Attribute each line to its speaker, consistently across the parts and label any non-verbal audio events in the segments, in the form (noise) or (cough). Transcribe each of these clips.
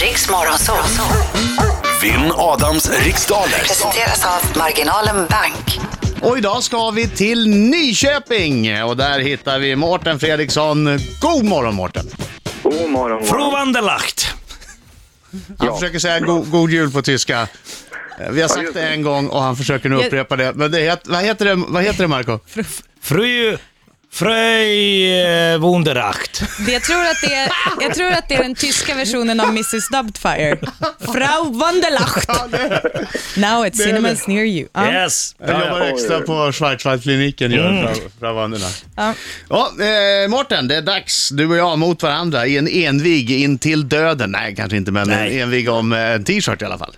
Speaker 1: Riks Morgonzoo.
Speaker 2: Vinn Adams riksdaler.
Speaker 1: Presenteras av Marginalen Bank.
Speaker 3: Och idag ska vi till Nyköping och där hittar vi Mårten Fredriksson. God morgon Mårten!
Speaker 4: God morgon.
Speaker 5: Fru Wanderlacht.
Speaker 3: Han
Speaker 4: Ja.
Speaker 3: försöker säga go god jul på tyska. Eh, Vi har sagt
Speaker 4: just
Speaker 3: det
Speaker 4: det.
Speaker 3: en gång och han försöker nu
Speaker 6: Jag-
Speaker 3: upprepa det. Men det het vad, heter det, vad heter det Marco?
Speaker 5: Fru... Fröj... eh, Wunderlacht.
Speaker 6: Det- Jag tror, att det är, jag tror att det är den tyska versionen av Mrs Doubtfire. Frau Wanderlacht. Now it's cinnamons near you. Ja.
Speaker 5: Yes.
Speaker 3: Jag jobbar
Speaker 4: ja.
Speaker 3: extra på Schweizwaldkliniken, gör mm. fravanderna.
Speaker 6: Ja.
Speaker 3: Ja, eh, Mårten, det är dags, du och jag mot varandra i en envig in till döden. Nej, kanske inte, men
Speaker 5: Nej.
Speaker 3: en envig om eh, en t-shirt i alla fall.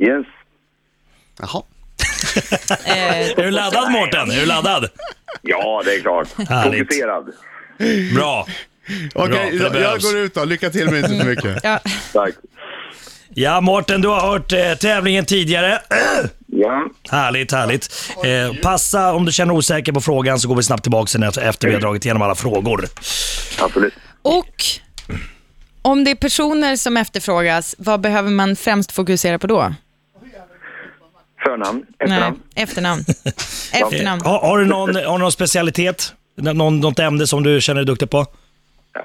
Speaker 4: Yes.
Speaker 3: Jaha.
Speaker 6: Eh,
Speaker 5: Är du laddad Mårten? Är du laddad?
Speaker 4: Ja, det är klart.
Speaker 5: (laughs) Härligt.
Speaker 4: Fokuserad.
Speaker 5: Bra. Bra,
Speaker 3: Okej,
Speaker 5: det
Speaker 3: jag, jag
Speaker 5: behövs.
Speaker 3: går ut då. Lycka till men inte för mycket.
Speaker 6: ja.
Speaker 4: Tack.
Speaker 5: Ja Mårten, du har hört eh, tävlingen tidigare.
Speaker 4: Ja.
Speaker 5: Härligt, härligt. Eh, passa om du känner osäker på frågan så går vi snabbt tillbaka sen efter efter vi har dragit igenom alla frågor.
Speaker 4: Absolut.
Speaker 6: Och om det är personer som efterfrågas, vad behöver man främst fokusera på då?
Speaker 4: Förnamn, efternamn.
Speaker 6: Nej, efternamn.
Speaker 5: Eh,
Speaker 6: efternamn.
Speaker 5: har, har, du någon, har du någon specialitet? Nå- Någon, något ämne som du känner dig duktig på?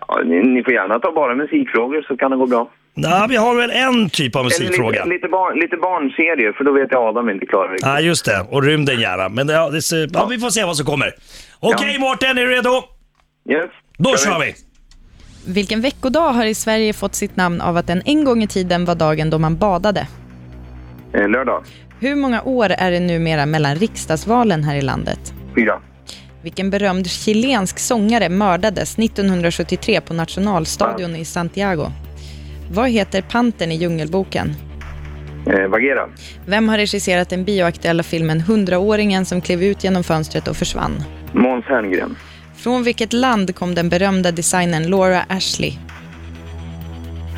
Speaker 4: Ja, ni, ni får gärna ta bara musikfrågor så kan det gå bra.
Speaker 5: Nej, vi har väl en typ av
Speaker 4: Eller
Speaker 5: musikfråga.
Speaker 4: Lite, lite, barn, lite barnserier, för då vet jag Adam inte klarar det.
Speaker 5: Ja, just det. Och rymden gärna. Men ja, det, ser- ja, vi får se vad som kommer. Okej Mårten, är du redo?
Speaker 4: Yes.
Speaker 5: Då
Speaker 4: Ska
Speaker 5: kör vi!
Speaker 6: Vilken veckodag har i Sverige fått sitt namn av att den en gång i tiden var dagen då man badade?
Speaker 4: Eh, lördag,
Speaker 6: Hur många år är det numera mellan riksdagsvalen här i landet?
Speaker 4: fyra.
Speaker 6: Vilken berömd chilensk sångare mördades 1973 på nationalstadion i Santiago? Vad heter pantern i Djungelboken?
Speaker 4: Eh, Vagera,
Speaker 6: Vem har regisserat den bioaktuella filmen Hundraåringen som klev ut genom fönstret och försvann?
Speaker 4: Måns Herngren.
Speaker 6: Från vilket land kom den berömda designern Laura Ashley?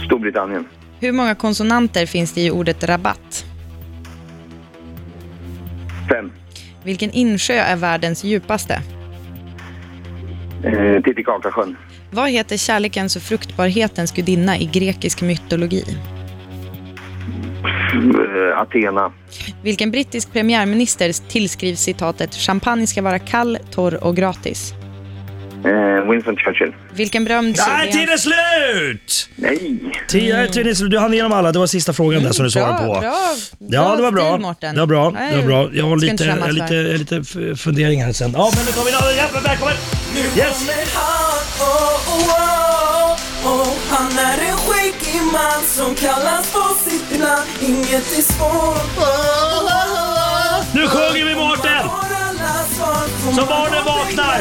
Speaker 4: Storbritannien.
Speaker 6: Hur många konsonanter finns det i ordet rabatt?
Speaker 4: Fem.
Speaker 6: Vilken insjö är världens djupaste?
Speaker 4: Eh, Titicacasjön.
Speaker 6: Vad heter kärlekens och fruktbarhetens gudinna i grekisk mytologi?
Speaker 4: Eh, Athena.
Speaker 6: Vilken brittisk premiärminister tillskrivs citatet “Champagne ska vara kall, torr och gratis”?
Speaker 4: Eh, Winston Churchill.
Speaker 6: Vilken berömd
Speaker 5: Nej, tiden är
Speaker 6: chilensk...
Speaker 5: slut!
Speaker 4: Nej!
Speaker 5: Tiden är tiden är slut. Du hann igenom alla. Det var sista frågan där som du svarade på.
Speaker 6: Mm, Bra, bra,
Speaker 5: Ja, det var bra.
Speaker 6: stil, Mårten.
Speaker 5: Det var bra.
Speaker 6: Nej,
Speaker 5: Det var bra. Jag har
Speaker 6: ska
Speaker 5: lite,
Speaker 6: inte
Speaker 5: jag
Speaker 6: skämmas
Speaker 5: har lite,
Speaker 6: för.
Speaker 5: jag har lite f- funderingar här sen. Ja, men nu kommer vi. Ja, välkommen! Yes!
Speaker 7: Kommer han, oh, oh, oh, oh. Han är en skäggig man som kallas på sitt namn Inget är svårt
Speaker 5: Nu sjunger vi Mårten! Så barnen vaknar.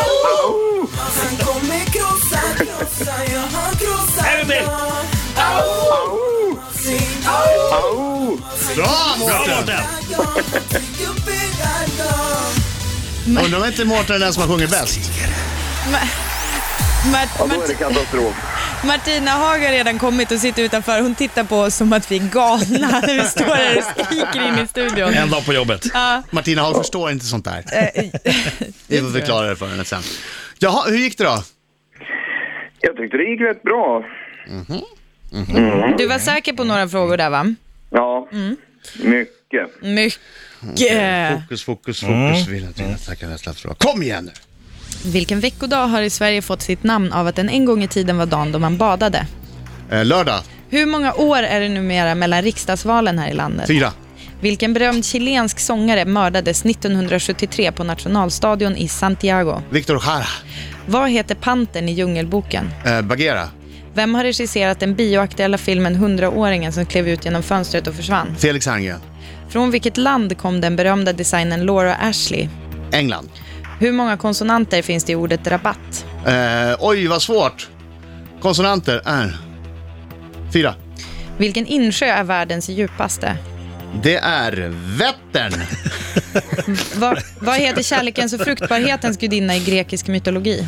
Speaker 7: Han kommer krossa, krossa, ja han krossar
Speaker 5: En gång till.
Speaker 7: jag. Au! Man säger au!
Speaker 4: Au!
Speaker 3: Bra
Speaker 5: (laughs) Bra
Speaker 3: Mårten!
Speaker 5: Mårten!
Speaker 7: Jag tycker bygga jag
Speaker 3: Undrar om inte Mårten är den som har sjungit bäst?
Speaker 6: Mart-
Speaker 4: Ja, då är det
Speaker 6: Mart-
Speaker 4: katastrof.
Speaker 6: Martina Haag har redan kommit och sitter utanför. Hon tittar på oss som att vi är galna (laughs) när vi står här och skriker in i studion.
Speaker 5: En dag på jobbet.
Speaker 3: Martina Haag förstår inte sånt där. Vi får förklara det för henne sen. Jaha, hur gick det då?
Speaker 4: Jag tyckte det gick rätt bra.
Speaker 6: Du var säker på några frågor där va?
Speaker 4: Ja,
Speaker 5: Mm.
Speaker 4: mycket. Mm.
Speaker 6: Mycket.
Speaker 3: Fokus, fokus,
Speaker 5: Mm.
Speaker 3: fokus. Vill att vinna, tacka nästa fråga. Kom igen nu!
Speaker 6: Vilken veckodag har i Sverige fått sitt namn av att den en gång i tiden var dagen då man badade?
Speaker 3: Eh, lördag,
Speaker 6: Hur många år är det numera mellan riksdagsvalen här i landet?
Speaker 3: fyra.
Speaker 6: Vilken berömd chilensk sångare mördades 1973 på nationalstadion i Santiago?
Speaker 3: Victor Jara,
Speaker 6: Vad heter pantern i Djungelboken?
Speaker 3: eh, Bagheera,
Speaker 6: Vem har regisserat den bioaktuella filmen Hundraåringen som klev ut genom fönstret och försvann?
Speaker 3: Felix Herngren,
Speaker 6: Från vilket land kom den berömda designern Laura Ashley?
Speaker 3: England.
Speaker 6: Hur många konsonanter finns det i ordet rabatt?
Speaker 3: Eh, oj, vad svårt. Konsonanter är... Fyra.
Speaker 6: Vilken insjö är världens djupaste?
Speaker 3: Det är Vättern.
Speaker 6: Vad, vad heter kärlekens och fruktbarhetens gudinna i grekisk mytologi?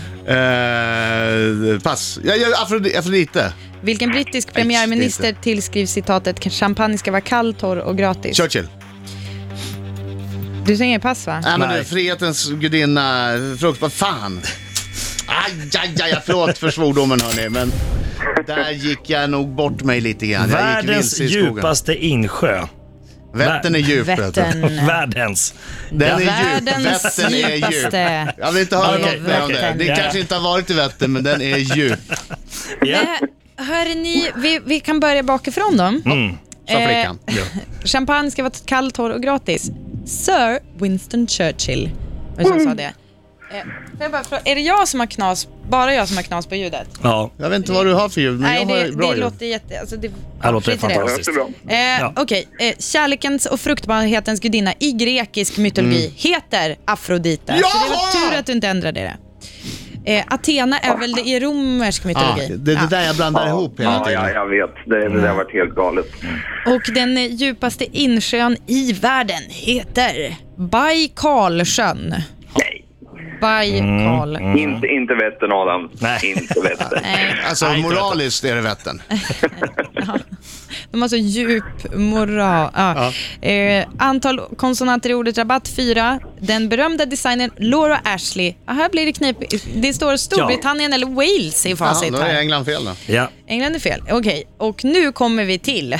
Speaker 3: Eh, pass. Jag gör Afrod- Afrodite.
Speaker 6: Vilken brittisk premiärminister tillskrivs citatet “Champagne ska vara kall, torr och gratis”?
Speaker 3: Churchill.
Speaker 6: Du säger pass va?
Speaker 3: Nej, men
Speaker 5: Nej.
Speaker 3: du, frihetens gudinna, frukt, vad fan. Aj, aj, aj, förlåt för svordomen hörni, men där gick jag nog bort mig lite grann. Jag gick
Speaker 5: Världens
Speaker 3: vilse i skogen.
Speaker 5: djupaste insjö.
Speaker 3: Vättern är djup. vet du.
Speaker 6: Vättern.
Speaker 5: Världens.
Speaker 3: Den är djup.
Speaker 6: Världens
Speaker 3: Vättern är djup.
Speaker 6: djupaste.
Speaker 3: Jag vill inte höra
Speaker 5: Okej,
Speaker 3: något mer om det.
Speaker 6: Vättern.
Speaker 3: Det
Speaker 5: Ja, ja.
Speaker 3: kanske inte har varit i Vättern, men den är djup.
Speaker 5: Ja.
Speaker 6: Hörni, Eh, vi, vi kan börja bakifrån då.
Speaker 3: Sa Mm,
Speaker 6: Eh,
Speaker 3: flickan.
Speaker 6: Champagne ska vara kall, torr och gratis. Sir Winston Churchill var det som
Speaker 3: Mm.
Speaker 6: sa det. Eh, får jag bara fråga, är det jag som har knas, bara jag som har knas på ljudet?
Speaker 5: ja.
Speaker 3: Jag vet inte vad du har för ljud, men
Speaker 6: Nej,
Speaker 3: jag har
Speaker 6: det,
Speaker 3: bra
Speaker 6: det
Speaker 3: ljud.
Speaker 6: låter jätte... Alltså det,
Speaker 5: Det här låter
Speaker 6: skit i det.
Speaker 5: fantastiskt.
Speaker 4: Det låter bra.
Speaker 6: Eh,
Speaker 5: Ja.
Speaker 6: Okej, eh, kärlekens och fruktbarhetens gudinna i grekisk mytologi heter Afrodite. Så det var
Speaker 3: Mm. Jaha!
Speaker 6: tur att du inte ändrade det. Eh, Athena är väl det i romersk
Speaker 3: Ah,
Speaker 6: mytologi?
Speaker 3: det, det
Speaker 6: Ja.
Speaker 3: där jag blandar ihop hela
Speaker 4: Ja,
Speaker 3: tiden.
Speaker 4: ja, jag vet. Det, det där har varit helt galet.
Speaker 6: Och den eh, djupaste insjön i världen heter Baikalsjön.
Speaker 3: Mm.
Speaker 4: Nej,
Speaker 6: Baikal.
Speaker 4: inte, inte Vättern, Adam.
Speaker 5: Nej.
Speaker 4: Inte
Speaker 3: (laughs)
Speaker 4: Vättern.
Speaker 6: Nej,
Speaker 3: Alltså
Speaker 5: Nej, inte
Speaker 3: moraliskt är det Vättern.
Speaker 6: de har så djup moral. Ja. Eh, antal konsonanter i ordet rabatt, fyra. Den berömda designern Laura Ashley. Ah, här blir det knip. Det står Storbritannien eller Wales i
Speaker 3: Ja,
Speaker 6: facit
Speaker 3: då är
Speaker 6: här.
Speaker 3: England fel då.
Speaker 5: Ja.
Speaker 6: England är fel. Okej, och nu kommer vi till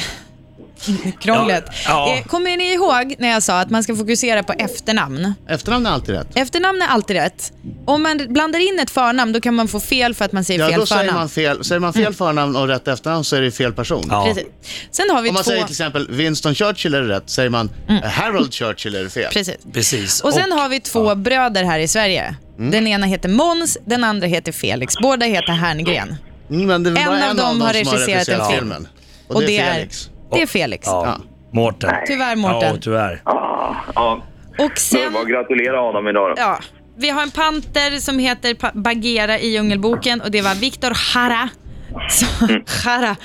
Speaker 6: (laughs) krånglet.
Speaker 5: Ja, ja.
Speaker 6: Eh, kommer ni ihåg när jag sa att man ska fokusera på efternamn?
Speaker 3: Efternamn är alltid rätt.
Speaker 6: Efternamn är alltid rätt. Om man blandar in ett förnamn då kan man få fel för att man säger
Speaker 3: Ja,
Speaker 6: fel
Speaker 3: då
Speaker 6: förnamn. Mm.
Speaker 3: säger man fel, säger man fel förnamn och rätt efternamn så är det fel person.
Speaker 5: Ja.
Speaker 6: Precis. Sen har vi
Speaker 3: Om man
Speaker 6: två... Mm.
Speaker 3: säger till exempel Winston Churchill är det rätt, säger man "Eh, Harold Churchill är det fel.
Speaker 6: Precis.
Speaker 5: Precis.
Speaker 6: Och sen har vi två bröder här i Sverige. Den ena heter Mons, den andra heter Felix. Båda heter Herngren.
Speaker 3: Mm, Men det är
Speaker 6: En
Speaker 3: bara
Speaker 6: av dem
Speaker 3: som
Speaker 6: har regisserat en film.
Speaker 3: filmen. Och,
Speaker 6: Och
Speaker 3: det är
Speaker 6: det
Speaker 3: Felix.
Speaker 6: Det är Felix.
Speaker 5: Ja. Mårten.
Speaker 6: Tyvärr
Speaker 5: Ja,
Speaker 6: Mårten.
Speaker 5: tyvärr.
Speaker 4: Ah, ja.
Speaker 6: Och
Speaker 4: Det är
Speaker 6: sen,
Speaker 4: bara att gratulera Adam idag då.
Speaker 6: ja, vi har en panter som heter Pa- Bagheera i Djungelboken och det var Victor Jara. som- (laughs) Jara,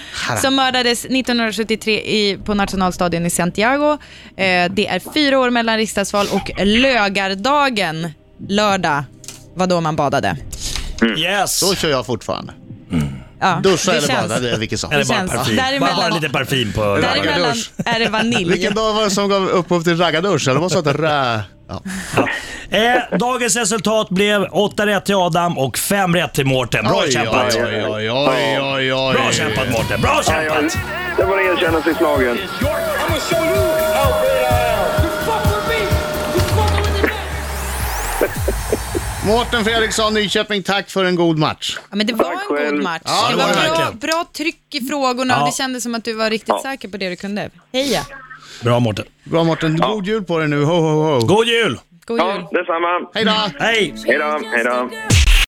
Speaker 6: som mördades 1973 i, på nationalstadion i Santiago. Eh, det är fyra år mellan riksdagsval och lögardagen, lördag, var då man badade. Mm.
Speaker 5: Yes!
Speaker 3: Då kör jag fortfarande.
Speaker 6: Ja,
Speaker 3: Duscha
Speaker 6: det
Speaker 3: eller
Speaker 6: känns.
Speaker 3: bada, det är vilket som.
Speaker 5: Eller bara
Speaker 6: känns-
Speaker 5: parfym. Bara,
Speaker 6: däremellan-
Speaker 5: bara lite parfym på raggardusch.
Speaker 6: Däremellan är det vanilj.
Speaker 3: Vilken dag var det som gav upphov till raggardusch? Eller måste det heta rä... Ja.
Speaker 5: eh, Dagens resultat blev 8 rätt till Adam och 5 rätt till Mårten. Bra
Speaker 3: Oj,
Speaker 5: kämpat!
Speaker 3: Oj, oj, oj, oj, oj, oj.
Speaker 5: Bra kämpat Mårten, bra kämpat!
Speaker 4: Det var att erkänna sig slagen.
Speaker 8: I'ma show you how great I am. You fuck with me, you fucking with me. now.
Speaker 3: Mårten Fredriksson, Nyköping, tack för en god match.
Speaker 6: Ja, men det var
Speaker 4: Tack
Speaker 6: en
Speaker 4: själv.
Speaker 6: god match.
Speaker 3: Ja,
Speaker 6: det
Speaker 5: det
Speaker 6: var
Speaker 5: var det
Speaker 6: bra,
Speaker 5: verkligen.
Speaker 6: bra tryck i frågorna
Speaker 5: Ja.
Speaker 6: och det kändes som att du var riktigt säker på det du kunde. Heja!
Speaker 5: Bra Mårten.
Speaker 3: Bra Mårten, god jul på dig nu. Ho, ho, ho.
Speaker 5: God jul!
Speaker 6: God jul!
Speaker 4: Ja, detsamma.
Speaker 3: Hej då!
Speaker 5: Hej!
Speaker 4: Hej då, hej då.